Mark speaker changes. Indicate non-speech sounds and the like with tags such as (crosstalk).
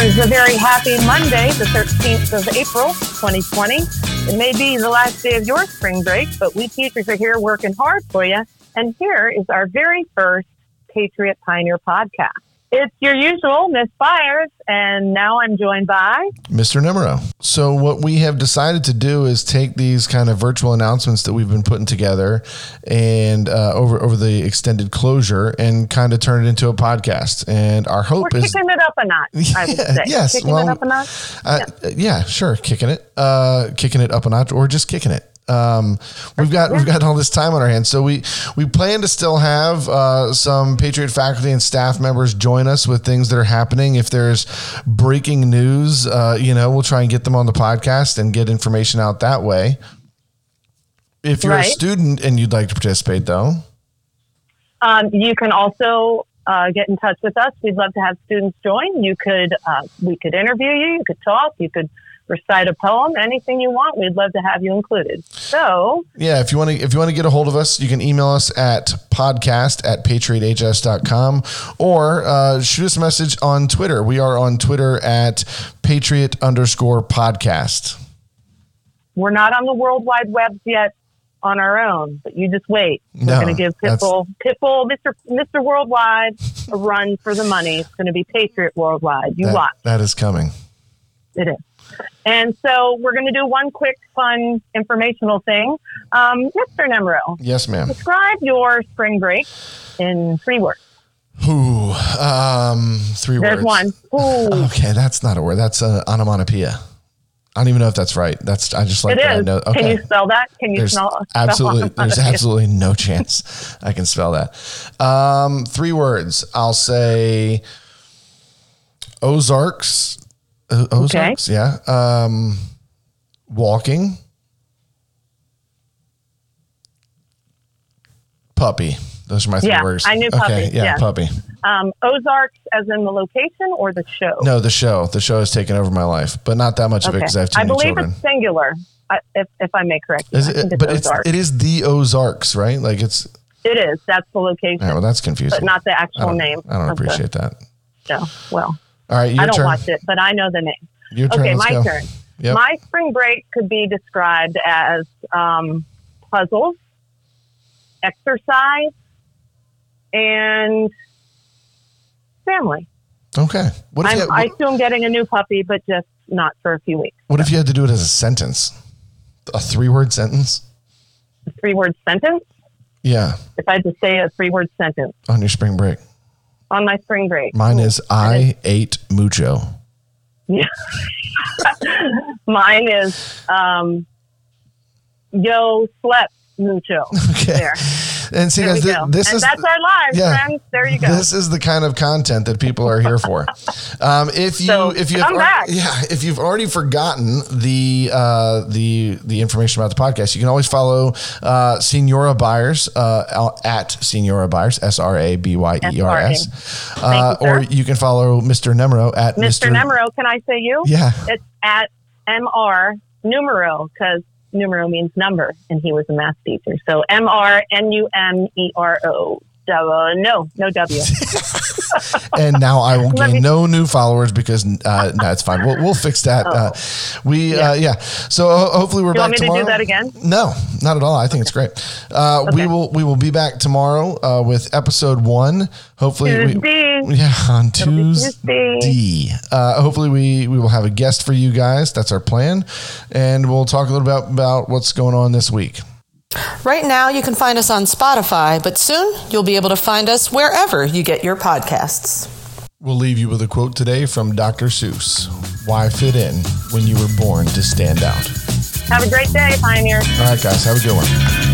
Speaker 1: is a very happy Monday, the 13th of April, 2020. It may be the last day of your spring break, but we teachers are here working hard for you. And here is our very first Patriot Pioneer podcast. It's your usual, Miss Fires, and now I'm joined by
Speaker 2: Mr. Nemero. So, what we have decided to do is take these kind of virtual announcements that we've been putting together and uh, over over the extended closure and kind of turn it into a podcast. And our hope
Speaker 1: We're
Speaker 2: is.
Speaker 1: kicking it up a notch, I would say.
Speaker 2: Yeah, (laughs) yes,
Speaker 1: Kicking
Speaker 2: well,
Speaker 1: it up a notch.
Speaker 2: Uh, yeah, sure, kicking it, uh, kicking it up a notch, or just kicking it. Um, we've got we've got all this time on our hands, so we we plan to still have uh, some Patriot faculty and staff members join us with things that are happening. If there's breaking news, uh, you know, we'll try and get them on the podcast and get information out that way. If you're
Speaker 1: Right.
Speaker 2: a student and you'd like to participate, though,
Speaker 1: Um, you can also uh, get in touch with us. We'd love to have students join. You could, uh, we could interview you. You could talk. You could recite a poem. Anything you want. We'd love to have you included. So
Speaker 2: Yeah, if you want to if you want to get a hold of us, you can email us at podcast at patrioths.com or uh, shoot us a message on Twitter. We are on Twitter at patriot underscore podcast.
Speaker 1: we're not on the World Wide Web yet on our own, but you just wait.
Speaker 2: No,
Speaker 1: we're going to give
Speaker 2: that's-
Speaker 1: Pitbull, Pitbull, Mr. Mr. Worldwide, a run for the money. It's going to be Patriot Worldwide. You
Speaker 2: That-
Speaker 1: watch.
Speaker 2: that is coming.
Speaker 1: It is. And so we're going to do one quick, fun, informational thing. Um, Mr. Nemro,
Speaker 2: Yes, ma'am.
Speaker 1: describe your spring break in three words.
Speaker 2: Who? Um, three
Speaker 1: There's
Speaker 2: words. (sighs) Oh
Speaker 1: one. Ooh,
Speaker 2: Okay, that's not a word. That's an onomatopoeia. I don't even know if that's right. That's I just like
Speaker 1: it
Speaker 2: that I
Speaker 1: is.
Speaker 2: know. Okay.
Speaker 1: Can you spell that? Can you
Speaker 2: There's
Speaker 1: smell? spell (laughs)
Speaker 2: absolutely
Speaker 1: onomatopoeia?
Speaker 2: there's absolutely no chance I can spell that. Um, three words. I'll say Ozarks. O- Ozarks. Yeah. Um, walking. Puppy. Those are my three
Speaker 1: Yeah,
Speaker 2: words.
Speaker 1: I knew puppy,
Speaker 2: Okay, yeah,
Speaker 1: yeah.
Speaker 2: puppy.
Speaker 1: Um, Ozarks, as in the location or the show?
Speaker 2: No, the show. The show has taken over my life, but not that much of it because I have too
Speaker 1: I
Speaker 2: many
Speaker 1: believe
Speaker 2: children.
Speaker 1: it's singular, I, if, if I may correct you.
Speaker 2: Is
Speaker 1: I think
Speaker 2: it, but it's
Speaker 1: Ozarks.
Speaker 2: it is the Ozarks, right? Like it's.
Speaker 1: it is. That's the location,
Speaker 2: Yeah, well, that's confusing.
Speaker 1: but not the
Speaker 2: I
Speaker 1: actual
Speaker 2: don't,
Speaker 1: name.
Speaker 2: I don't
Speaker 1: of the
Speaker 2: appreciate that.
Speaker 1: show. Well,
Speaker 2: All right, your
Speaker 1: I don't
Speaker 2: turn.
Speaker 1: watch it, but I know the name.
Speaker 2: Your turn.
Speaker 1: okay,
Speaker 2: let's
Speaker 1: my
Speaker 2: go.
Speaker 1: turn.
Speaker 2: Yep.
Speaker 1: My spring break could be described as um, puzzles, exercise, and family.
Speaker 2: okay. What if, you
Speaker 1: I'm,
Speaker 2: had,
Speaker 1: I
Speaker 2: what,
Speaker 1: assume getting a new puppy, but just not for a few weeks.
Speaker 2: what if you had to do it as a sentence? A three-word sentence?
Speaker 1: A three word sentence.
Speaker 2: Yeah,
Speaker 1: If I had to say a three word sentence
Speaker 2: on your spring break.
Speaker 1: on my spring break,
Speaker 2: Mine is I ate mucho. (laughs)
Speaker 1: Yeah. Mine is um, yo slept
Speaker 2: (laughs)
Speaker 1: mucho.
Speaker 2: Okay.
Speaker 1: There.
Speaker 2: And see,
Speaker 1: There we
Speaker 2: guys, thi-
Speaker 1: go.
Speaker 2: this
Speaker 1: and
Speaker 2: is
Speaker 1: that's our lives,
Speaker 2: yeah.
Speaker 1: friends. There you go.
Speaker 2: This is the kind of content that people are here
Speaker 1: (laughs)
Speaker 2: for. Um, if you
Speaker 1: So,
Speaker 2: if you
Speaker 1: come
Speaker 2: have,
Speaker 1: back.
Speaker 2: ar- yeah, if you've already forgotten the uh, the the information about the podcast, you can always follow uh, Senora Byers uh, al- at Senora Byers S R A B Y E R S, Uh,
Speaker 1: Thank you,
Speaker 2: or
Speaker 1: sir.
Speaker 2: you can follow Mr. Nemro at
Speaker 1: Mr. Nemero, can I say you?
Speaker 2: Yeah,
Speaker 1: It's at MR numero because numero means number, and he was a math teacher. So M R N U M E R O. Uh, no, no W.
Speaker 2: and now I
Speaker 1: (laughs)
Speaker 2: will
Speaker 1: Let
Speaker 2: gain
Speaker 1: me-
Speaker 2: no new followers because uh, no, it's fine. We'll, we'll fix that. Uh, we yeah. Uh, yeah. So ho- hopefully we're
Speaker 1: Do Oh. you want
Speaker 2: back
Speaker 1: me
Speaker 2: tomorrow.
Speaker 1: to do that again?
Speaker 2: No, not at all. I think it's great. Uh, We
Speaker 1: Okay.
Speaker 2: will we will be back tomorrow uh, with episode one. Hopefully, we,
Speaker 1: Tuesday.
Speaker 2: yeah, on
Speaker 1: be
Speaker 2: Tuesday. Uh, hopefully, we we will have a guest for you guys. That's our plan, and we'll talk a little about about what's going on this week.
Speaker 3: Right now, you can find us on Spotify, but soon you'll be able to find us wherever you get your podcasts.
Speaker 2: We'll leave you with a quote today from Dr. Seuss: "Why fit in when you were born to stand out?"
Speaker 1: Have a great day, Pioneer.
Speaker 2: All right, guys, have a good one.